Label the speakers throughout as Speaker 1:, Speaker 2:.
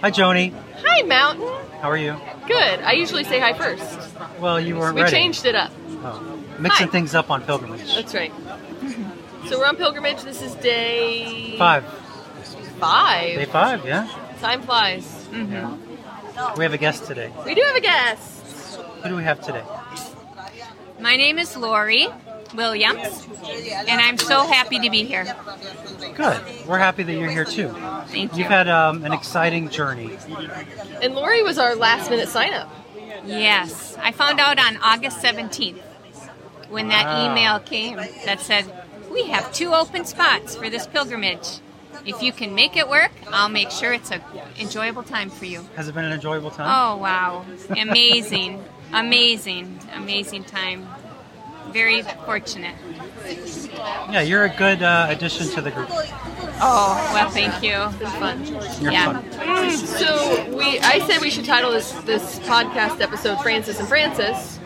Speaker 1: Hi, Joni.
Speaker 2: Hi, Mountain.
Speaker 1: How are you?
Speaker 2: Good. I usually say hi first.
Speaker 1: Well, you weren't
Speaker 2: We
Speaker 1: ready.
Speaker 2: changed it up.
Speaker 1: Oh, mixing
Speaker 2: Hi.
Speaker 1: things up on pilgrimage.
Speaker 2: That's right. So we're on pilgrimage. This is day
Speaker 1: Five.
Speaker 2: Five.
Speaker 1: Day five, yeah?
Speaker 2: Time flies. Mm.
Speaker 1: Yeah. We have a guest today.
Speaker 2: We do have a guest.
Speaker 1: Who do we have today?
Speaker 3: My name is Lori Williams, and I'm so happy to be here.
Speaker 1: Good. We're happy that you're here too.
Speaker 3: Thank you.
Speaker 1: You've had um, an exciting journey.
Speaker 2: And Lori was our last minute sign up.
Speaker 3: Yes, I found out on August 17th when that
Speaker 1: Wow.
Speaker 3: email came that said, We have two open spots for this pilgrimage. If you can make it work, I'll make sure it's an enjoyable time for you.
Speaker 1: Has it been an enjoyable time?
Speaker 3: Oh, wow. Amazing. amazing. Amazing time. Very fortunate.
Speaker 1: Yeah, you're a good uh, addition to the group.
Speaker 3: Oh, well, thank you.
Speaker 1: You're
Speaker 3: Yeah.
Speaker 1: fun.
Speaker 2: So we, I said we should title this this podcast episode "Francis and Francis"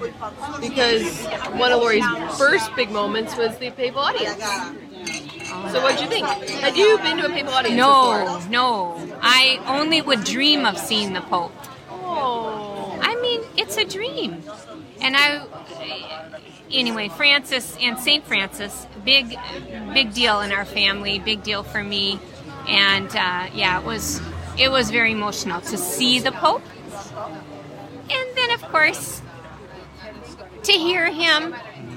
Speaker 2: because one of Lori's first big moments was the papal audience. So what'd you think? Had you been to a papal audience?
Speaker 3: No,
Speaker 2: Before?
Speaker 3: no. I only would dream of seeing the Pope.
Speaker 2: Oh.
Speaker 3: I mean, it's a dream. And I, anyway, Francis and St. Francis, big, big deal in our family, big deal for me. And uh, yeah, it was, it was very emotional to see the Pope. And then, of course, to hear him,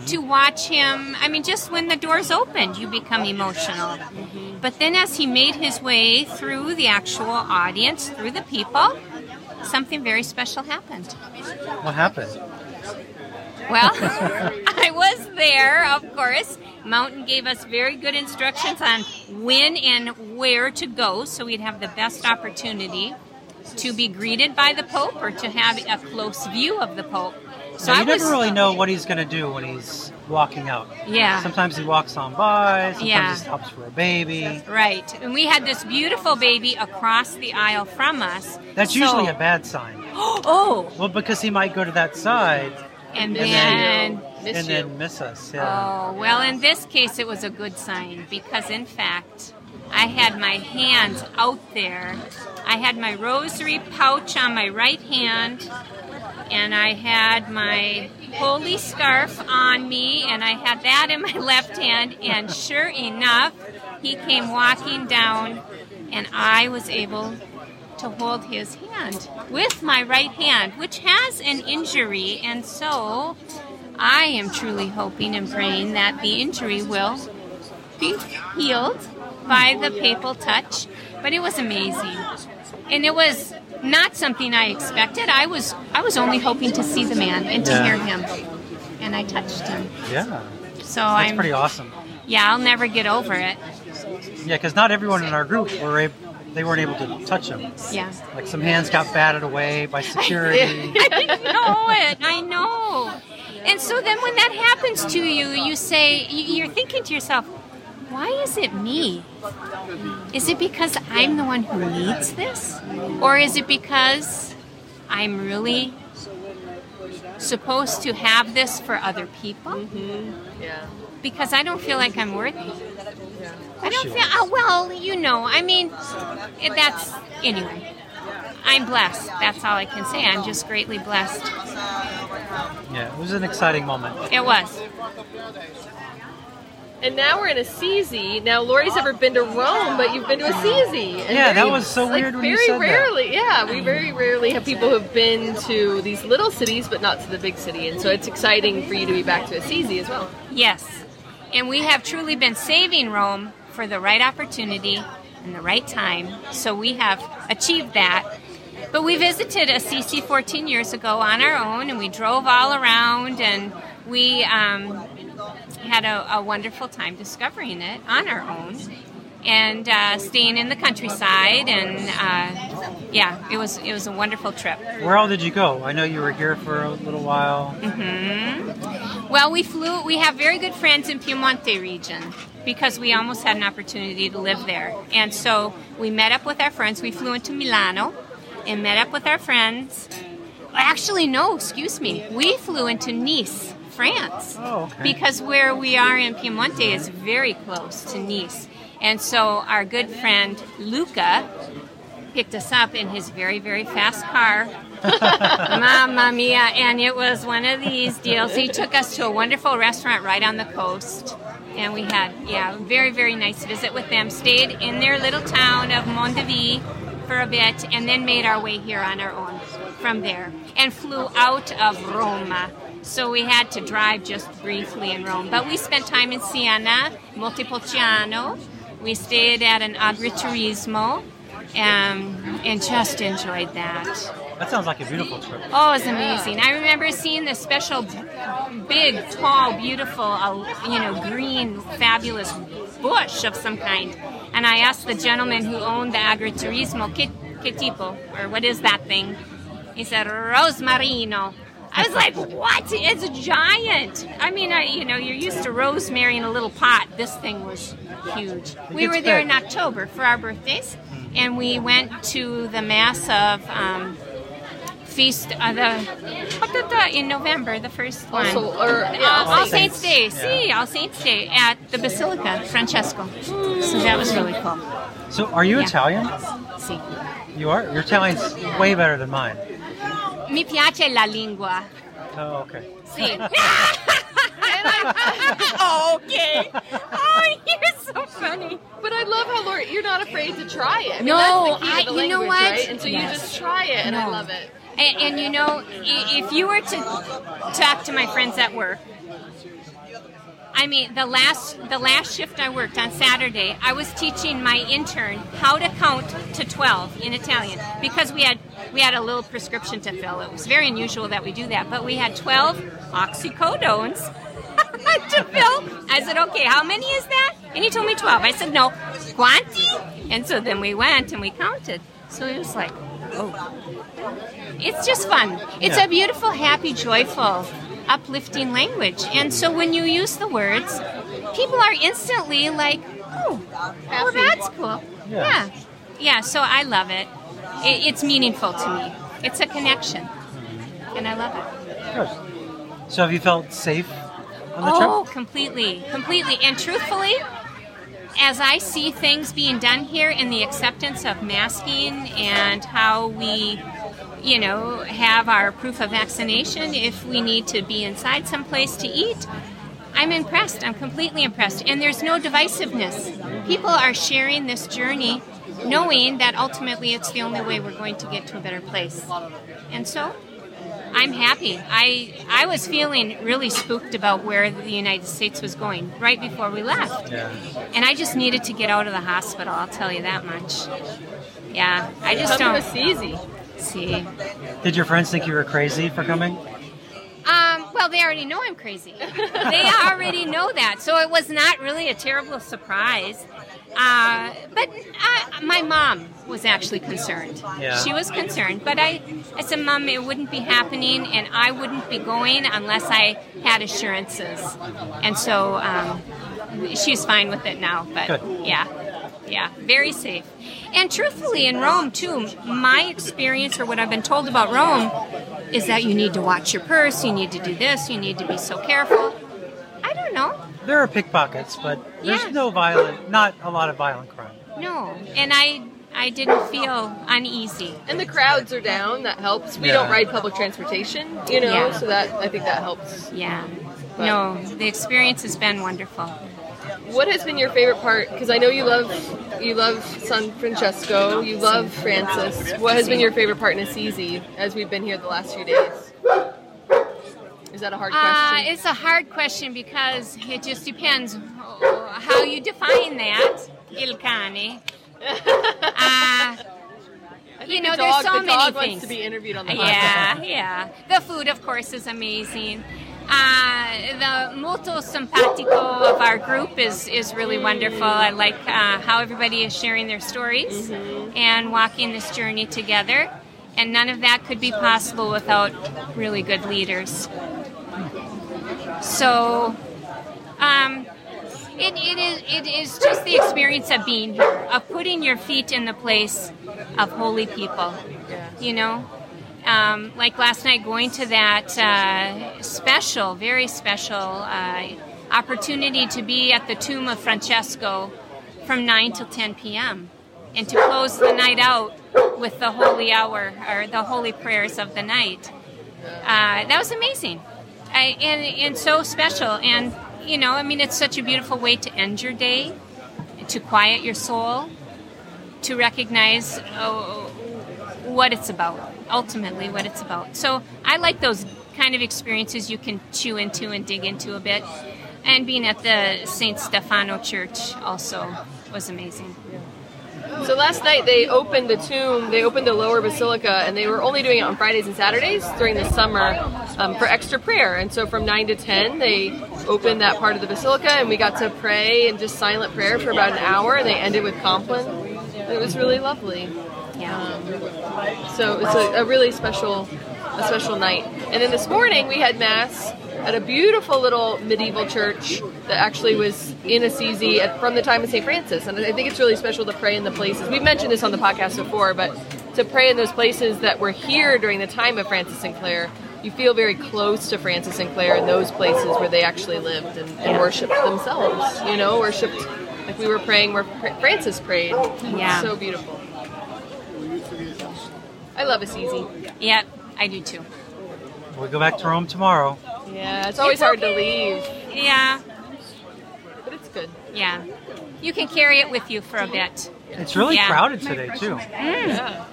Speaker 3: to watch him. I mean, just when the doors opened, you become emotional. But then, as he made his way through the actual audience, through the people, something very special happened.
Speaker 1: What happened?
Speaker 3: Well, I was there, of course. Mountain gave us very good instructions on when and where to go so we'd have the best opportunity to be greeted by the Pope or to have a close view of the Pope. So
Speaker 1: Now,
Speaker 3: I
Speaker 1: you
Speaker 3: was
Speaker 1: never really know what he's going to do when he's walking out.
Speaker 3: Yeah.
Speaker 1: Sometimes he walks on by, sometimes
Speaker 3: Yeah.
Speaker 1: he stops for a baby.
Speaker 3: Right. And we had this beautiful baby across the aisle from us.
Speaker 1: That's
Speaker 3: So-
Speaker 1: usually a bad sign.
Speaker 3: Oh,
Speaker 1: Well, because he might go to that side
Speaker 3: and
Speaker 2: Miss
Speaker 3: then.
Speaker 2: you. Miss
Speaker 1: and
Speaker 2: you.
Speaker 1: then miss us. Yeah.
Speaker 3: Oh, well, in this case, it was a good sign because, in fact, I had my hands out there. I had my rosary pouch on my right hand, and I had my holy scarf on me, and I had that in my left hand. And sure enough, he came walking down, and I was able to hold his hand with my right hand, which has an injury, and so I am truly hoping and praying that the injury will be healed by the papal touch. But it was amazing, and it was not something I expected. I was I was only hoping to see the man and to
Speaker 1: Yeah.
Speaker 3: hear him, and I touched him.
Speaker 1: yeah.
Speaker 3: So
Speaker 1: That's
Speaker 3: I'm
Speaker 1: pretty awesome.
Speaker 3: yeah, I'll never get over it.
Speaker 1: Yeah, because not everyone in our group were able, they weren't able to touch him.
Speaker 3: Yeah.
Speaker 1: Like some hands got batted away by security.
Speaker 3: I didn't know it. I know. And so then when that happens to you, you say, y- you're thinking to yourself, why is it me? Is it because I'm the one who needs this? Or is it because I'm really supposed to have this for other people?
Speaker 2: Yeah.
Speaker 3: Because I don't feel like I'm worthy. I don't
Speaker 1: you
Speaker 3: feel, oh, well, you know, I mean, it- that's, anyway. I'm blessed. That's all I can say. I'm just greatly blessed.
Speaker 1: yeah, it was an exciting moment.
Speaker 3: It was.
Speaker 2: And now we're in Assisi. Now Lori's never been to Rome, but you've been to Assisi. And
Speaker 1: Yeah, that was so
Speaker 2: like,
Speaker 1: weird when
Speaker 2: very
Speaker 1: you said that.
Speaker 2: rarely. Yeah, we very rarely have people who've been to these little cities, but not to the big city. And so it's exciting for you to be back to Assisi as well.
Speaker 3: Yes. And we have truly been saving Rome for the right opportunity and the right time. So we have achieved that. But we visited Assisi 14 years ago on our own and we drove all around and we um, had a, a wonderful time discovering it on our own and uh, staying in the countryside. And uh, yeah, it was, it was a wonderful trip.
Speaker 1: Where all did you go? I know you were here for a little while.
Speaker 3: Well, we flew. We have very good friends in Piemonte region because we almost had an opportunity to live there, and so we met up with our friends. We flew into Milano and met up with our friends. Actually, no, excuse me. We flew into Nice, France,
Speaker 1: Oh, okay.
Speaker 3: because where we are in Piemonte is very close to Nice, and so our good friend Luca picked us up in his very, very fast car. Mamma mia. And it was one of these deals. He took us to a wonderful restaurant right on the coast. And we had, yeah, a very, very nice visit with them. Stayed in their little town of Mondevi for a bit and then made our way here on our own from there and flew out of Roma. So we had to drive just briefly in Rome. But we spent time in Siena, Montepulciano. We stayed at an agriturismo um, and just enjoyed that.
Speaker 1: That sounds like a beautiful trip.
Speaker 3: Oh, it was amazing. I remember seeing this special, big, tall, beautiful, uh, you know, green, fabulous bush of some kind. And I asked the gentleman who owned the agriturismo, ¿qué, qué tipo? Or what is that thing? He said, Rosmarino. I was like, what? It's a giant. I mean, I, you know, you're used to rosemary in a little pot. This thing was huge. We were there in October for our birthdays, and we went to the Mass of um, Feast uh, the in November, the first one. Uh,
Speaker 2: So, or
Speaker 3: Oh,
Speaker 2: yeah,
Speaker 3: All, Saints, Day, see, All Saints Day at the Basilica Francesco. So that was really cool.
Speaker 1: So, are you
Speaker 3: Yeah.
Speaker 1: Italian?
Speaker 3: See,
Speaker 1: You are. Your Italian's way better than mine.
Speaker 3: mi piace la lingua.
Speaker 1: Oh, okay.
Speaker 3: See. okay. Oh, you're so funny.
Speaker 2: But I love how Lori, you're not afraid to try it. I mean,
Speaker 3: No,
Speaker 2: that's the key
Speaker 3: I-
Speaker 2: to the
Speaker 3: you know
Speaker 2: language,
Speaker 3: what?
Speaker 2: Right? And so you
Speaker 3: Yes.
Speaker 2: just try it, and I
Speaker 3: No.
Speaker 2: love it.
Speaker 3: And, and you know, i- if you were to talk to my friends at work, I mean, the last the last shift I worked on Saturday, I was teaching my intern how to count to 12 in Italian because we had we had a little prescription to fill. It was very unusual that we do that, but we had 12 oxycodones to fill. I said, "Okay, how many is that?" And he told me 12. I said, "No, quanti?" And so then we went and we counted. So it was like, "Oh, it's just fun. It's
Speaker 1: Yeah.
Speaker 3: a beautiful, happy, joyful, uplifting language. And so when you use the words, people are instantly like, oh, well,
Speaker 2: Happy.
Speaker 3: that's cool.
Speaker 1: Yeah.
Speaker 3: Yeah. yeah. so I love it. it. It's meaningful to me. It's a connection. And I love it.
Speaker 1: Good. So, have you felt safe on the
Speaker 3: Oh,
Speaker 1: trip?
Speaker 3: completely. Completely. And truthfully, as I see things being done here and the acceptance of masking and how we, you know, have our proof of vaccination if we need to be inside someplace to eat, I'm impressed. I'm completely impressed. And there's no divisiveness. People are sharing this journey knowing that ultimately it's the only way we're going to get to a better place. And so I'm happy. I I was feeling really spooked about where the United States was going right before we left.
Speaker 1: Yeah.
Speaker 3: And I just needed to get out of the hospital, I'll tell you that much. Yeah, I just
Speaker 2: Something
Speaker 3: don't
Speaker 2: was easy.
Speaker 3: see.
Speaker 1: Did your friends think you were crazy for coming?
Speaker 3: Um, well, they already know I'm crazy. they already know that. So it was not really a terrible surprise. Uh, but uh, my mom was actually concerned.
Speaker 1: Yeah.
Speaker 3: She was concerned. But I, I said, Mom, it wouldn't be happening and I wouldn't be going unless I had assurances. And so um, she's fine with it now. But
Speaker 1: Good.
Speaker 3: yeah, yeah, very safe. And truthfully, in Rome, too, my experience or what I've been told about Rome is that you need to watch your purse, you need to do this, you need to be so careful. I don't know.
Speaker 1: There are pickpockets, but there's
Speaker 3: Yeah.
Speaker 1: no violent, not a lot of violent crime.
Speaker 3: No. And I, I didn't feel uneasy.
Speaker 2: And the crowds are down. That helps. We
Speaker 1: Yeah.
Speaker 2: don't ride public transportation, you know,
Speaker 3: Yeah.
Speaker 2: so that I think that helps.
Speaker 3: Yeah. No, the experience has been wonderful.
Speaker 2: What has been your favorite part? Because I know you love you love San Francesco. You love Francis. What has been your favorite part in Assisi as we've been here the last few days? Is that a hard
Speaker 3: Uh,
Speaker 2: question?
Speaker 3: it's a hard question because it just depends how you define that, Il cane. Uh,
Speaker 2: I think
Speaker 3: you know,
Speaker 2: the
Speaker 3: there's
Speaker 2: dog,
Speaker 3: so
Speaker 2: the
Speaker 3: many
Speaker 2: dog
Speaker 3: things.
Speaker 2: wants to be interviewed on the podcast.
Speaker 3: yeah, yeah. The food, of course, is amazing. Uh, the molto simpatico of our group is, is really wonderful. I like uh, how everybody is sharing their stories
Speaker 2: Mm-hmm.
Speaker 3: and walking this journey together. And none of that could be possible without really good leaders. So, um, it, it is it is just the experience of being here, of putting your feet in the place of holy people. You know, um, like last night, going to that uh, special, very special uh, opportunity to be at the tomb of Francesco from nine till ten p.m. and to close the night out with the holy hour or the holy prayers of the night. Uh, that was amazing, I, and and so special. And you know, I mean, it's such a beautiful way to end your day, to quiet your soul, to recognize oh, what it's about, ultimately what it's about. So I like those kind of experiences you can chew into and dig into a bit. And being at the St. Stefano Church also was amazing.
Speaker 2: So last night they opened the tomb, they opened the lower basilica, and they were only doing it on Fridays and Saturdays during the summer um, for extra prayer. And so from 9 to 10, they opened that part of the basilica, and we got to pray and just silent prayer for about an hour, and they ended with Compline. It was really lovely.
Speaker 3: Yeah.
Speaker 2: So it's a, a really special, a special night. And then this morning we had mass at a beautiful little medieval church that actually was in Assisi at, from the time of St. Francis. And I think it's really special to pray in the places. We've mentioned this on the podcast before, but to pray in those places that were here during the time of Francis and Clare, you feel very close to Francis and Clare in those places where they actually lived and, and worshipped themselves, you know, worshipped like we were praying where Fra- Francis prayed.
Speaker 3: Yeah.
Speaker 2: So beautiful. I love Assisi.
Speaker 3: Yep, I do too.
Speaker 1: We go back to Rome tomorrow.
Speaker 2: Yeah, it's always hard to leave,
Speaker 3: Yeah,
Speaker 2: but it's good.
Speaker 3: yeah. You can carry it with you for a bit.
Speaker 1: It's really
Speaker 3: Yeah.
Speaker 1: crowded today too.
Speaker 2: Yeah.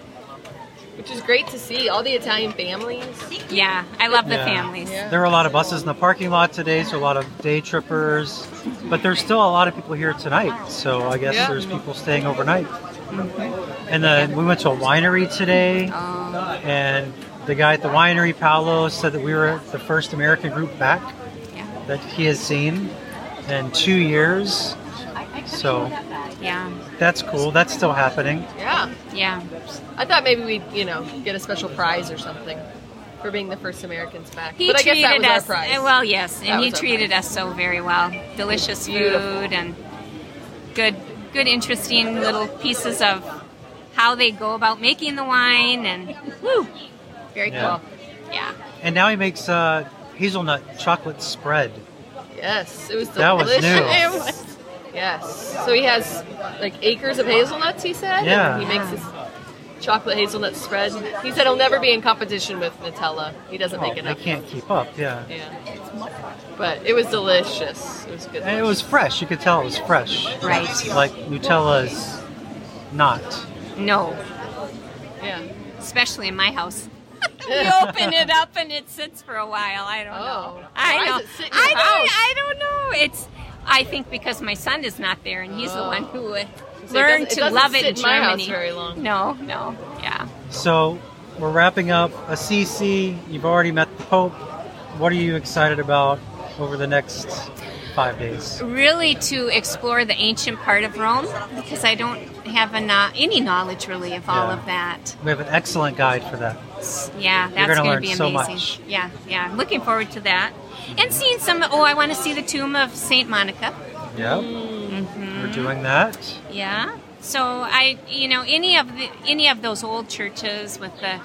Speaker 2: Which is great to see all the Italian families.
Speaker 3: Yeah, I love the
Speaker 1: Yeah.
Speaker 3: families.
Speaker 1: There were a lot of buses in the parking lot today, so a lot of day trippers. But there's still a lot of people here tonight, so I guess
Speaker 2: Yeah.
Speaker 1: there's people staying overnight.
Speaker 3: Mm-hmm.
Speaker 1: And then we went to a winery today,
Speaker 3: Oh.
Speaker 1: and the guy at the winery, Paolo, said that we were the first American group back
Speaker 3: Yeah.
Speaker 1: that he has seen in two years. So
Speaker 3: Yeah,
Speaker 1: that's cool. That's still happening.
Speaker 2: Yeah.
Speaker 3: yeah.
Speaker 2: I thought maybe we'd, you know, get a special prize or something for being the first Americans back.
Speaker 3: He
Speaker 2: but I guess
Speaker 3: treated
Speaker 2: that was
Speaker 3: us
Speaker 2: our prize.
Speaker 3: uh, well, yes, and
Speaker 2: That
Speaker 3: he
Speaker 2: was our
Speaker 3: treated us so very well. Delicious
Speaker 2: Beautiful.
Speaker 3: food and good, good, interesting little pieces of how they go about making the wine, and woo,
Speaker 2: Very
Speaker 1: Yeah.
Speaker 2: cool.
Speaker 3: yeah,
Speaker 1: And now he makes uh, hazelnut chocolate spread.
Speaker 2: Yes, it was delicious.
Speaker 1: That was new.
Speaker 2: It was- Yes. So he has like acres of hazelnuts, he said.
Speaker 1: Yeah.
Speaker 2: And he makes this chocolate hazelnut spread. He said he'll never be in competition with Nutella. He doesn't
Speaker 1: Oh,
Speaker 2: make
Speaker 1: they
Speaker 2: enough.
Speaker 1: can't keep up, yeah.
Speaker 2: Yeah. But it was delicious. It was good.
Speaker 1: And it was fresh. You could tell it was fresh.
Speaker 3: Right.
Speaker 1: Like Nutella is not.
Speaker 3: no,
Speaker 2: Yeah.
Speaker 3: especially in my house. we open it up and it sits for a while. I don't
Speaker 2: Oh.
Speaker 3: know. I
Speaker 2: Why
Speaker 3: know.
Speaker 2: does it sit in your
Speaker 3: I don't. e,
Speaker 2: house?
Speaker 3: I don't know. It's. I think because my son is not there and he's the
Speaker 2: Oh.
Speaker 3: one who
Speaker 2: So
Speaker 3: uh,
Speaker 2: it
Speaker 3: learned
Speaker 2: doesn't- it
Speaker 3: to
Speaker 2: doesn't
Speaker 3: love it
Speaker 2: sit
Speaker 3: in
Speaker 2: in my
Speaker 3: Germany.
Speaker 2: house very long.
Speaker 3: No, no, yeah.
Speaker 1: So we're wrapping up Assisi. You've already met the Pope. What are you excited about over the next five days?
Speaker 3: really to explore the ancient part of Rome because I don't have a no- any knowledge really of all
Speaker 1: Yeah.
Speaker 3: of that.
Speaker 1: We have an excellent guide for that.
Speaker 3: Yeah, that's
Speaker 1: gonna
Speaker 3: going to
Speaker 1: learn
Speaker 3: be
Speaker 1: so
Speaker 3: amazing.
Speaker 1: much.
Speaker 3: Yeah, yeah, I'm looking forward to that. And seeing some, oh, I want to see the tomb of St. Monica.
Speaker 1: Yep. We're doing that.
Speaker 3: Yeah. So I, you know, any of the, any of those old churches with the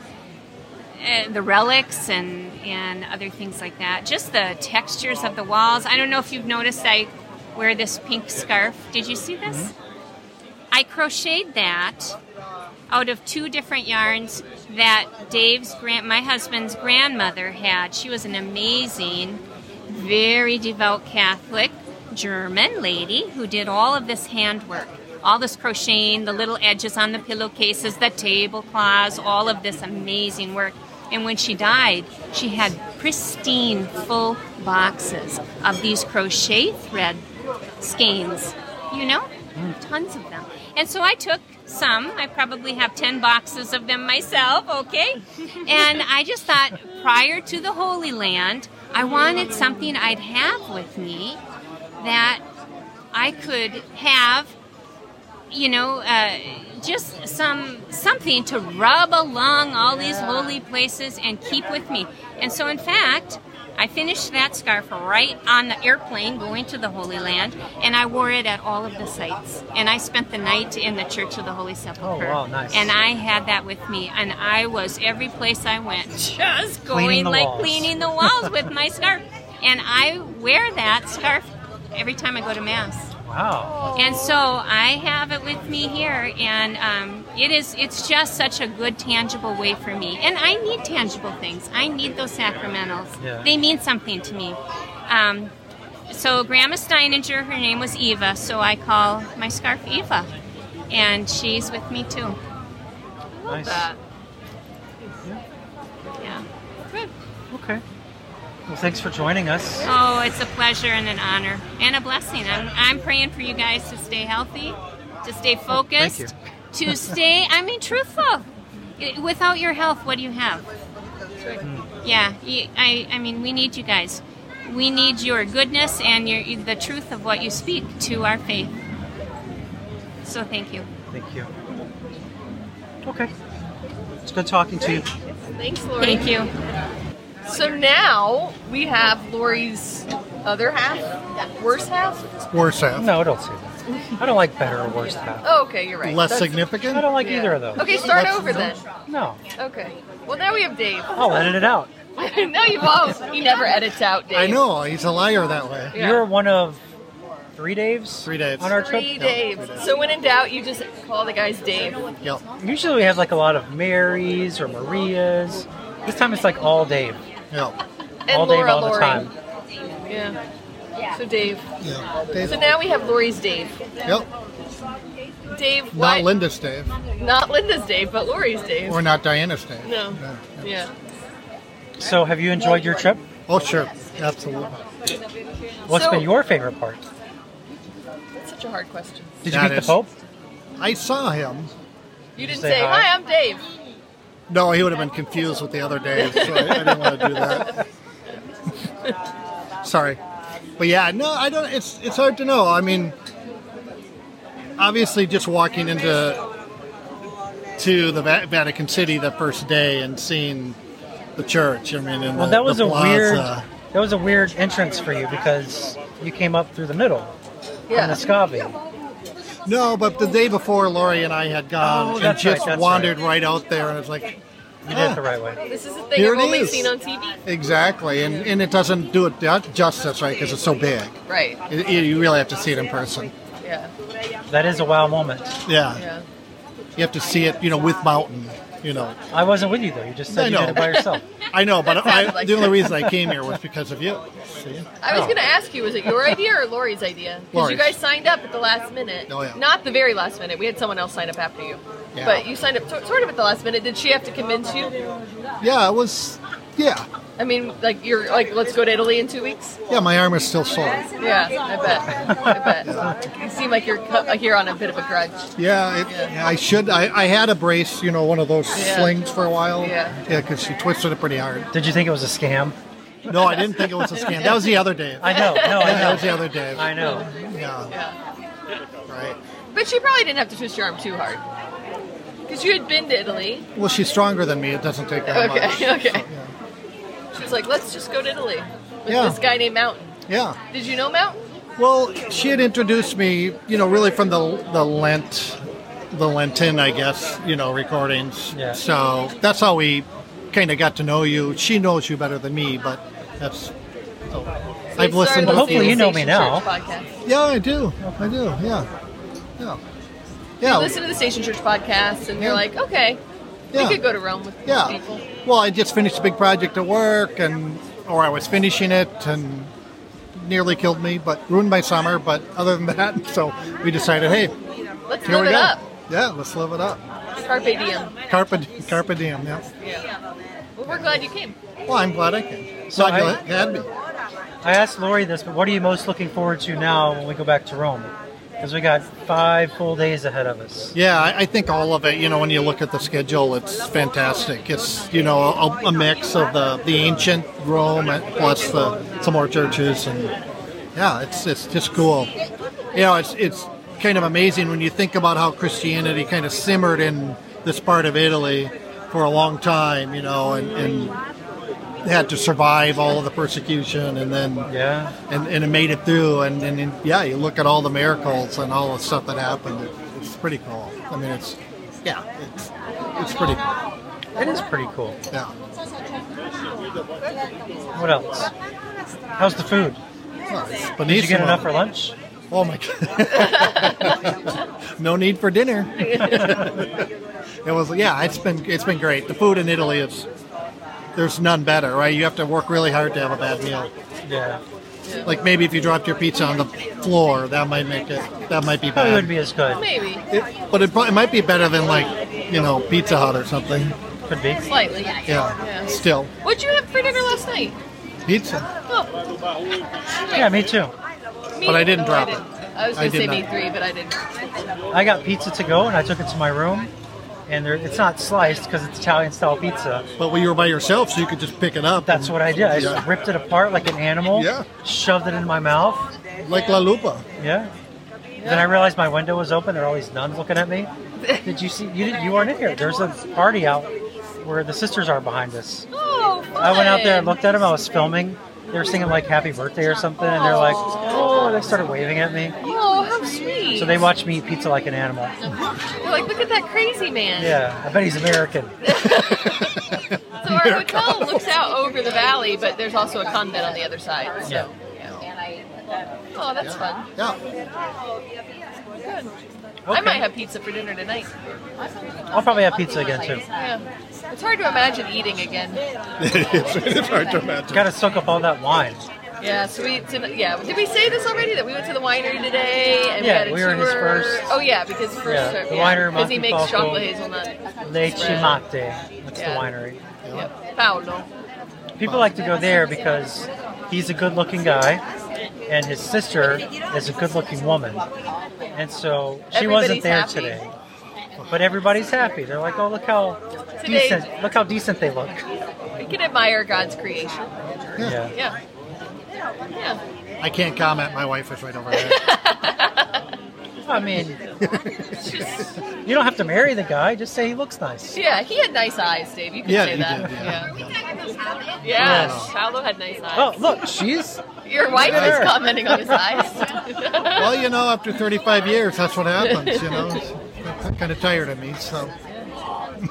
Speaker 3: uh, the relics and and other things like that. Just the textures of the walls. I don't know if you've noticed. I wear this pink scarf. Did you see this? I crocheted that out of two different yarns that Dave's grand, my husband's grandmother had. She was an amazing, very devout Catholic German lady who did all of this handwork, all this crocheting, the little edges on the pillowcases, the tablecloths, all of this amazing work. And when she died, she had pristine, full boxes of these crochet thread skeins, you know, tons of them. And so I took some. I probably have 10 boxes of them myself, okay? and I just thought prior to the Holy Land, I wanted something I'd have with me that I could have you know, uh, just some something to rub along all these holy places and keep with me. And so, in fact, I finished that scarf right on the airplane going to the Holy Land, and I wore it at all of the sites. And I spent the night in the Church of the Holy Sepulchre.
Speaker 1: Oh, wow, nice.
Speaker 3: And I had that with me, and I was every place I went, just
Speaker 1: Cleaning
Speaker 3: going
Speaker 1: the
Speaker 3: like
Speaker 1: walls.
Speaker 3: cleaning the walls with my scarf. And I wear that scarf every time I go to mass.
Speaker 1: Wow. Wow.
Speaker 3: And so I have it with me here, and um, it is, it's just such a good, tangible way for me. And I need tangible things. I need those sacramentals.
Speaker 1: Yeah.
Speaker 3: They mean something to me. Um, so Grandma Steininger, her name was Eva, so I call my scarf Eva. And she's with me too.
Speaker 1: Nice.
Speaker 2: That.
Speaker 3: Yeah.
Speaker 2: Good.
Speaker 1: Okay. Well, thanks for joining us.
Speaker 3: Oh, it's a pleasure and an honor and a blessing. I'm, I'm praying for you guys to stay healthy, to stay
Speaker 4: Oh,
Speaker 3: focused, to stay, I mean, truthful. I- Without your health, what do you have?
Speaker 4: Hmm.
Speaker 3: Yeah, you, I, I mean, we need you guys. We need your goodness and your, the truth of what you speak to our faith. So thank you.
Speaker 1: Thank you. Okay. It's good talking to you.
Speaker 2: Thanks, Lori.
Speaker 3: Thank you.
Speaker 2: So now we have Lori's other half, worse half.
Speaker 4: Worse half.
Speaker 1: No, don't say that. I don't like better or worse half.
Speaker 2: Oh, okay, you're right.
Speaker 4: Less
Speaker 2: That's-
Speaker 1: I
Speaker 4: significant?
Speaker 1: don't like
Speaker 2: yeah.
Speaker 1: either of those.
Speaker 2: Okay, start
Speaker 4: Less-
Speaker 2: over then.
Speaker 1: No.
Speaker 2: Okay. Well, now we have Dave.
Speaker 1: I'll edit it out.
Speaker 2: no, you won't. He never edits out Dave.
Speaker 4: I know, he's a liar that way.
Speaker 2: Yeah.
Speaker 1: You were one of three Daves?
Speaker 4: Three Daves.
Speaker 1: On our trip?
Speaker 2: Three Daves. So when in doubt, you just call the guys Dave.
Speaker 4: Yep.
Speaker 1: Usually we have like a lot of Marys or Marias. This time it's like all Dave.
Speaker 4: Yep.
Speaker 2: And
Speaker 1: all
Speaker 2: Laura
Speaker 1: Dave all the
Speaker 2: Lori.
Speaker 1: time.
Speaker 2: Yeah. So Dave.
Speaker 4: Yep. Dave.
Speaker 2: So now we have Lori's Dave.
Speaker 4: Yep.
Speaker 2: Dave,
Speaker 4: Not
Speaker 2: what?
Speaker 4: Linda's Dave.
Speaker 2: Not Linda's Dave, but Lori's Dave.
Speaker 4: Or not Diana's Dave.
Speaker 2: No.
Speaker 4: Yeah.
Speaker 2: Yeah.
Speaker 1: So have you enjoyed your trip?
Speaker 4: Oh, sure. Absolutely.
Speaker 1: What's
Speaker 2: So-
Speaker 1: been your favorite part?
Speaker 2: That's such a hard question.
Speaker 1: Did you
Speaker 4: That
Speaker 1: meet
Speaker 4: is-
Speaker 1: the Pope?
Speaker 4: I saw him.
Speaker 2: You didn't
Speaker 1: say
Speaker 2: say,
Speaker 1: hi?
Speaker 2: hi. I'm Dave.
Speaker 4: No, he would have been confused with the other days, so I, I didn't want to do that. Sorry, but yeah, no, I don't. It's it's hard to know. I mean, obviously, just walking into to the Va- Vatican City the first day and seeing the church. I mean, and
Speaker 1: Well,
Speaker 4: the-
Speaker 1: that was
Speaker 4: the
Speaker 1: a weird.
Speaker 4: plaza.
Speaker 1: That was a weird entrance for you because you came up through the middle in the
Speaker 2: Yeah.
Speaker 1: Scavi.
Speaker 4: No, but the day before, Lori and I had
Speaker 1: Oh,
Speaker 4: gone and
Speaker 1: that's right,
Speaker 4: just
Speaker 1: that's
Speaker 4: wandered right. out there, and it was like,
Speaker 1: You did it the right way.
Speaker 2: This is a thing
Speaker 4: Here
Speaker 2: I've
Speaker 4: it
Speaker 2: only
Speaker 4: is.
Speaker 2: seen on TV.
Speaker 4: exactly, and and it doesn't do it ju- justice, right? Because it's so big.
Speaker 2: Right.
Speaker 4: It, you really have to see it in person.
Speaker 2: Yeah.
Speaker 1: That is a wow moment.
Speaker 4: Yeah,
Speaker 2: Yeah.
Speaker 4: you have to see it, you know, with mountain. You know,
Speaker 1: I wasn't with you though. You just said
Speaker 4: I
Speaker 1: you
Speaker 4: know.
Speaker 1: did it by yourself.
Speaker 4: I know, but I,
Speaker 2: sounded like
Speaker 4: the only
Speaker 2: you.
Speaker 4: reason I came here was because of you. See?
Speaker 2: I was going to ask you, was it your idea or Lori's idea? Because you
Speaker 4: Oh. Lori's.
Speaker 2: guys signed up at the last minute.
Speaker 4: Oh, yeah.
Speaker 2: Not the very last minute. We had someone else sign up after you.
Speaker 4: Yeah.
Speaker 2: But you signed up so- sort of at the last minute. Did she have to convince you?
Speaker 4: Yeah, it was. Yeah,
Speaker 2: I mean, like, you're like, let's go to Italy in two weeks?
Speaker 4: yeah. My arm is still sore.
Speaker 2: Yeah, I bet. I bet. You seem like you're cu- here on a bit of a grudge.
Speaker 4: Yeah, it,
Speaker 2: Yeah.
Speaker 4: I should. I, I had a brace, you know, one of those
Speaker 2: Yeah.
Speaker 4: slings for a while.
Speaker 2: Yeah.
Speaker 4: yeah, because she twisted it pretty hard.
Speaker 1: Did you think it was a scam?
Speaker 4: No, I didn't think it was a scam. That was the other day.
Speaker 1: I know. No,
Speaker 4: that
Speaker 1: I
Speaker 4: was
Speaker 1: know.
Speaker 4: the other day.
Speaker 1: I know.
Speaker 4: Yeah,
Speaker 2: Yeah.
Speaker 4: right.
Speaker 2: But she probably didn't have to twist your arm too hard. Because you had been to Italy.
Speaker 4: Well, she's stronger than me. It doesn't take that
Speaker 2: Okay,
Speaker 4: much.
Speaker 2: okay.
Speaker 4: So, yeah.
Speaker 2: She was like, let's just go to Italy with
Speaker 4: Yeah.
Speaker 2: this guy named Mountain.
Speaker 4: yeah.
Speaker 2: Did you know Mountain?
Speaker 4: Well, she had introduced me, you know, really from the the Lent, the Lenten, I guess, you know, recordings.
Speaker 1: Yeah.
Speaker 4: So that's how we kind of got to know you. She knows you better than me, but that's. So I've
Speaker 2: They
Speaker 1: Well,
Speaker 2: started
Speaker 4: listened. to a
Speaker 2: listening
Speaker 1: hopefully
Speaker 2: to
Speaker 1: you know me
Speaker 2: Station
Speaker 1: now.
Speaker 2: Church podcast.
Speaker 4: few- Yeah, I do. I do. Yeah. Yeah. Yeah.
Speaker 2: Listen to the Station Church podcast, and you're
Speaker 4: Yeah.
Speaker 2: like, okay,
Speaker 4: Yeah.
Speaker 2: we could go to Rome with
Speaker 4: Yeah.
Speaker 2: people.
Speaker 4: Well, I just finished a big project at work, and or I was finishing it, and nearly killed me, but ruined my summer. But other than that, so we decided, hey,
Speaker 2: Let's
Speaker 4: here
Speaker 2: live
Speaker 4: we
Speaker 2: it
Speaker 4: go.
Speaker 2: up.
Speaker 4: Yeah, let's live it up.
Speaker 2: Carpe diem.
Speaker 4: Carpe, carpe diem, yeah.
Speaker 2: Yeah. Well, we're glad you came.
Speaker 4: Well, I'm glad I came.
Speaker 1: So
Speaker 4: glad
Speaker 1: I-
Speaker 4: you had me.
Speaker 1: I asked Lori this, but what are you most looking forward to now when we go back to Rome? Because we got five full days ahead of us.
Speaker 4: Yeah, I, I think all of it, you know, when you look at the schedule, it's fantastic. It's, you know, a, a mix of the, the ancient Rome and plus the, some more churches. And yeah, it's, it's just cool. You know, it's, it's kind of amazing when you think about how Christianity kind of simmered in this part of Italy for a long time, you know, and, and had to survive all of the persecution and then.
Speaker 1: Yeah.
Speaker 4: and, and it made it through. And, and, and, yeah, you look at all the miracles and all the stuff that happened. It's pretty cool. I mean, it's yeah, it's it's pretty cool.
Speaker 1: It is pretty cool.
Speaker 4: Yeah.
Speaker 1: What else? How's the food?
Speaker 4: Well, it's
Speaker 1: Did you get
Speaker 4: Benissimo.
Speaker 1: enough for lunch?
Speaker 4: Oh my god! no need for dinner. it was yeah. It's been it's been great. The food in Italy is there's none better, right? You have to work really hard to have a bad meal.
Speaker 1: Yeah.
Speaker 4: Like maybe if you dropped your pizza on the floor, that might make it that might be
Speaker 1: Probably wouldn't
Speaker 4: bad.
Speaker 1: be as good.
Speaker 2: Maybe.
Speaker 4: It- but it, pro- it might be better than like you know Pizza Hut or something.
Speaker 1: Could be.
Speaker 2: Slightly.
Speaker 4: Yeah. Still
Speaker 2: What'd you have for dinner last night?
Speaker 4: pizza.
Speaker 2: Oh,
Speaker 1: Yeah, me too.
Speaker 2: me.
Speaker 4: But I didn't
Speaker 2: No,
Speaker 4: drop
Speaker 2: didn't.
Speaker 4: it.
Speaker 2: I was
Speaker 4: I
Speaker 2: going to
Speaker 4: did
Speaker 2: say
Speaker 4: not.
Speaker 2: me three, but I didn't.
Speaker 1: I got pizza to go and I took it to my room. And there, it's not sliced because it's Italian style pizza.
Speaker 4: But when you were by yourself, so you could just pick it up.
Speaker 1: That's
Speaker 4: and-
Speaker 1: what I did. I
Speaker 4: Yeah.
Speaker 1: just ripped it apart like an animal,
Speaker 4: Yeah.
Speaker 1: shoved it in my mouth.
Speaker 4: Like La Lupa.
Speaker 1: Yeah. Then I realized my window was open. There are all these nuns looking at me. Did you see? You didn't, you weren't in here. There's a party out where the sisters are behind us.
Speaker 2: Oh, fun.
Speaker 1: I went out there and looked at them. I was filming. They were singing like "Happy Birthday" or something, and they're like, "Oh!" They started waving at me.
Speaker 2: Oh, how sweet.
Speaker 1: So they watched me eat pizza like an animal.
Speaker 2: They're like, look at that crazy man.
Speaker 1: Yeah, I bet he's American.
Speaker 2: So our hotel looks out over the valley, but there's also a convent on the other side. So.
Speaker 1: Yeah.
Speaker 2: Oh, that's fun.
Speaker 4: Yeah.
Speaker 2: I
Speaker 1: Okay.
Speaker 2: might have pizza for dinner tonight.
Speaker 1: I'll probably have pizza again too.
Speaker 2: Yeah. It's hard to imagine eating again.
Speaker 4: it's, it's hard to imagine.
Speaker 1: Got to soak up all that wine.
Speaker 2: Yeah, so we did, yeah. Did we say this already that we went to the winery today and
Speaker 1: Yeah,
Speaker 2: we had a
Speaker 1: we
Speaker 2: tour?
Speaker 1: were in his first-
Speaker 2: Oh yeah, because first
Speaker 1: Yeah, the winery
Speaker 2: because
Speaker 1: Monte
Speaker 2: he makes
Speaker 1: Falco.
Speaker 2: chocolate hazelnut.
Speaker 1: Leche
Speaker 2: spread.
Speaker 1: Mate. That's
Speaker 2: Yeah.
Speaker 1: the winery.
Speaker 2: Yep. Paolo.
Speaker 1: People like to go there because he's a good looking guy and his sister is a good looking woman. And so she
Speaker 2: Everybody's
Speaker 1: wasn't there
Speaker 2: happy.
Speaker 1: today. But everybody's happy. They're like, oh, look how
Speaker 2: Today-
Speaker 1: decent. Look how decent they look.
Speaker 2: We can admire God's creation.
Speaker 1: Yeah.
Speaker 2: Yeah. Yeah.
Speaker 4: I can't comment. My wife is right over there.
Speaker 1: I mean, you don't have to marry the guy. Just say he looks nice.
Speaker 2: Yeah, he had nice eyes, Dave. You can
Speaker 4: Yeah,
Speaker 2: say
Speaker 4: he
Speaker 2: that.
Speaker 4: did,
Speaker 2: Yeah.
Speaker 4: yeah.
Speaker 2: Yes,
Speaker 4: Yeah.
Speaker 2: Paolo had nice eyes.
Speaker 1: Oh, look, she's.
Speaker 2: Your wife
Speaker 1: at her.
Speaker 2: is commenting on his eyes.
Speaker 4: well, you know, after 35 years, that's what happens. You know, it's kind of tired of me. So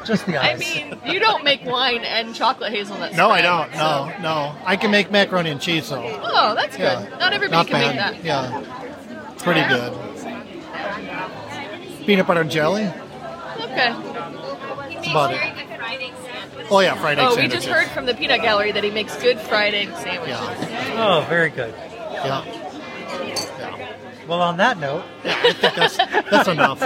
Speaker 1: Just the
Speaker 2: I
Speaker 1: eyes.
Speaker 2: mean, you don't make wine and chocolate hazelnut.
Speaker 4: no, I
Speaker 2: spread,
Speaker 4: don't.
Speaker 2: so-
Speaker 4: No, no. I can make macaroni and cheese though.
Speaker 2: Oh, that's good.
Speaker 4: Yeah.
Speaker 2: Not everybody
Speaker 4: Not
Speaker 2: can
Speaker 4: bad.
Speaker 2: make that.
Speaker 4: Yeah, pretty good. Peanut butter and jelly.
Speaker 2: Okay.
Speaker 4: That's about it. Oh yeah, fried egg
Speaker 2: Oh, we
Speaker 4: sandwiches.
Speaker 2: just heard from the peanut gallery that he makes good fried egg sandwiches.
Speaker 4: Yeah,
Speaker 1: Oh, very good.
Speaker 4: yeah.
Speaker 1: Well, on that note,
Speaker 4: I think that's, that's enough.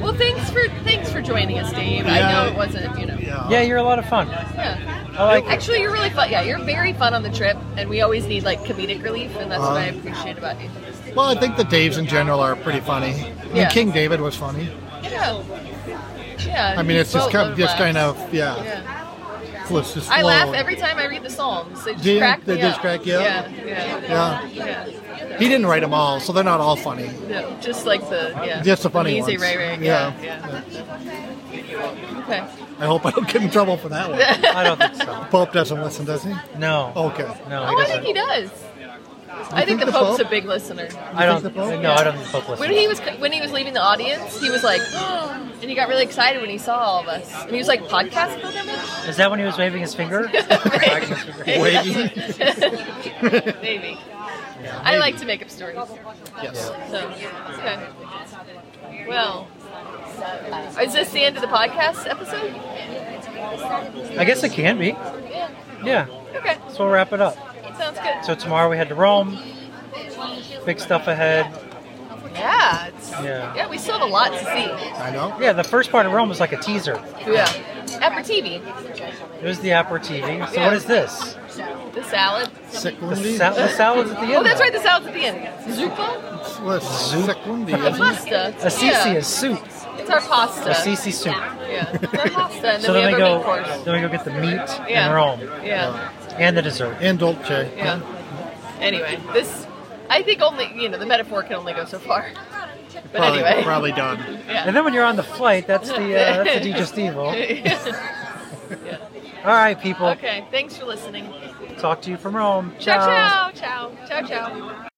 Speaker 2: Well, thanks for thanks for joining us, Dave. I
Speaker 4: Yeah.
Speaker 2: know it wasn't, you know.
Speaker 4: Yeah.
Speaker 1: yeah, you're a lot of fun.
Speaker 2: Yeah.
Speaker 1: I like it.
Speaker 2: Actually, you're really fun. Yeah, you're very fun on the trip, and we always need like comedic relief, and that's what I
Speaker 4: Uh-huh.
Speaker 2: appreciate about you.
Speaker 4: Well, I think the Daves in general are pretty funny. I mean,
Speaker 2: Yeah.
Speaker 4: King David was funny.
Speaker 2: Yeah. Yeah.
Speaker 4: I mean, it's just kind,
Speaker 2: boatload
Speaker 4: just kind
Speaker 2: laughs.
Speaker 4: of yeah.
Speaker 2: Yeah.
Speaker 4: Let's just
Speaker 2: I laugh
Speaker 4: flow.
Speaker 2: every time I read the Psalms. They just
Speaker 4: Do you?
Speaker 2: crack
Speaker 4: They
Speaker 2: me
Speaker 4: just
Speaker 2: up.
Speaker 4: crack you up?
Speaker 2: Yeah. Yeah.
Speaker 4: Yeah.
Speaker 2: yeah.
Speaker 4: He didn't write them all, so they're not all funny.
Speaker 2: No, just like the yeah.
Speaker 4: Just the funny
Speaker 2: easy
Speaker 4: ones.
Speaker 2: Ray Ray. Yeah.
Speaker 4: Yeah.
Speaker 2: yeah. Okay.
Speaker 4: I hope I don't get in trouble for that one.
Speaker 1: I don't think so.
Speaker 4: Pope doesn't listen, does he?
Speaker 1: No.
Speaker 4: Okay.
Speaker 1: No, he
Speaker 2: Oh, I think
Speaker 1: doesn't.
Speaker 2: he does. I think
Speaker 4: think
Speaker 2: the
Speaker 4: the
Speaker 2: Pope's
Speaker 4: Pope?
Speaker 2: a big listener.
Speaker 1: I don't.
Speaker 4: the Pope?
Speaker 1: No, I don't think the Pope listens.
Speaker 2: When he was when he was leaving the audience, he was like, and he got really excited when he saw all of us. And he was like, podcast pilgrimage,
Speaker 1: Is that when he was waving his finger? Wagging his finger.
Speaker 4: Wait.
Speaker 2: maybe. I like to make up stories.
Speaker 4: Yes.
Speaker 2: So, okay. Well, is this the end of the podcast episode?
Speaker 1: I guess it can be. Yeah.
Speaker 2: Okay,
Speaker 1: So we'll wrap it up.
Speaker 2: sounds good.
Speaker 1: So tomorrow we head to Rome. Big stuff ahead.
Speaker 2: Yeah, it's,
Speaker 1: Yeah.
Speaker 2: yeah, we still have a lot to see.
Speaker 4: I know.
Speaker 1: Yeah, the first part of Rome was like a teaser.
Speaker 2: Yeah, aperitivi,
Speaker 1: It was the aperitivo. So
Speaker 2: Yeah.
Speaker 1: what is this?
Speaker 2: the salad.
Speaker 1: The,
Speaker 4: Secundi.
Speaker 1: sal- the salads at the end.
Speaker 2: Oh, that's
Speaker 1: though.
Speaker 2: right, the salad's at the end. Zuppa,
Speaker 4: What's Secundi,
Speaker 2: the
Speaker 4: isn't it?
Speaker 2: pasta.
Speaker 1: Assisi
Speaker 2: yeah.
Speaker 1: is soup.
Speaker 2: It's our pasta.
Speaker 1: Assisi soup.
Speaker 2: Yeah, it's our pasta, and then
Speaker 1: So
Speaker 2: we
Speaker 1: then
Speaker 2: have
Speaker 1: we
Speaker 2: our
Speaker 1: go.
Speaker 2: main course.
Speaker 1: Then we go get the meat
Speaker 2: Yeah.
Speaker 1: in Rome
Speaker 2: Yeah.
Speaker 1: and the dessert.
Speaker 4: And Dolce.
Speaker 2: Yeah. Anyway, this, I think only, you know, the metaphor can only go so far. But
Speaker 4: Probably,
Speaker 2: anyway.
Speaker 4: probably done.
Speaker 1: And then when you're on the flight, that's the uh, that's the digestivo. All right, people.
Speaker 2: okay, thanks for listening.
Speaker 1: Talk to you from Rome.
Speaker 2: Ciao, ciao, ciao, ciao, ciao.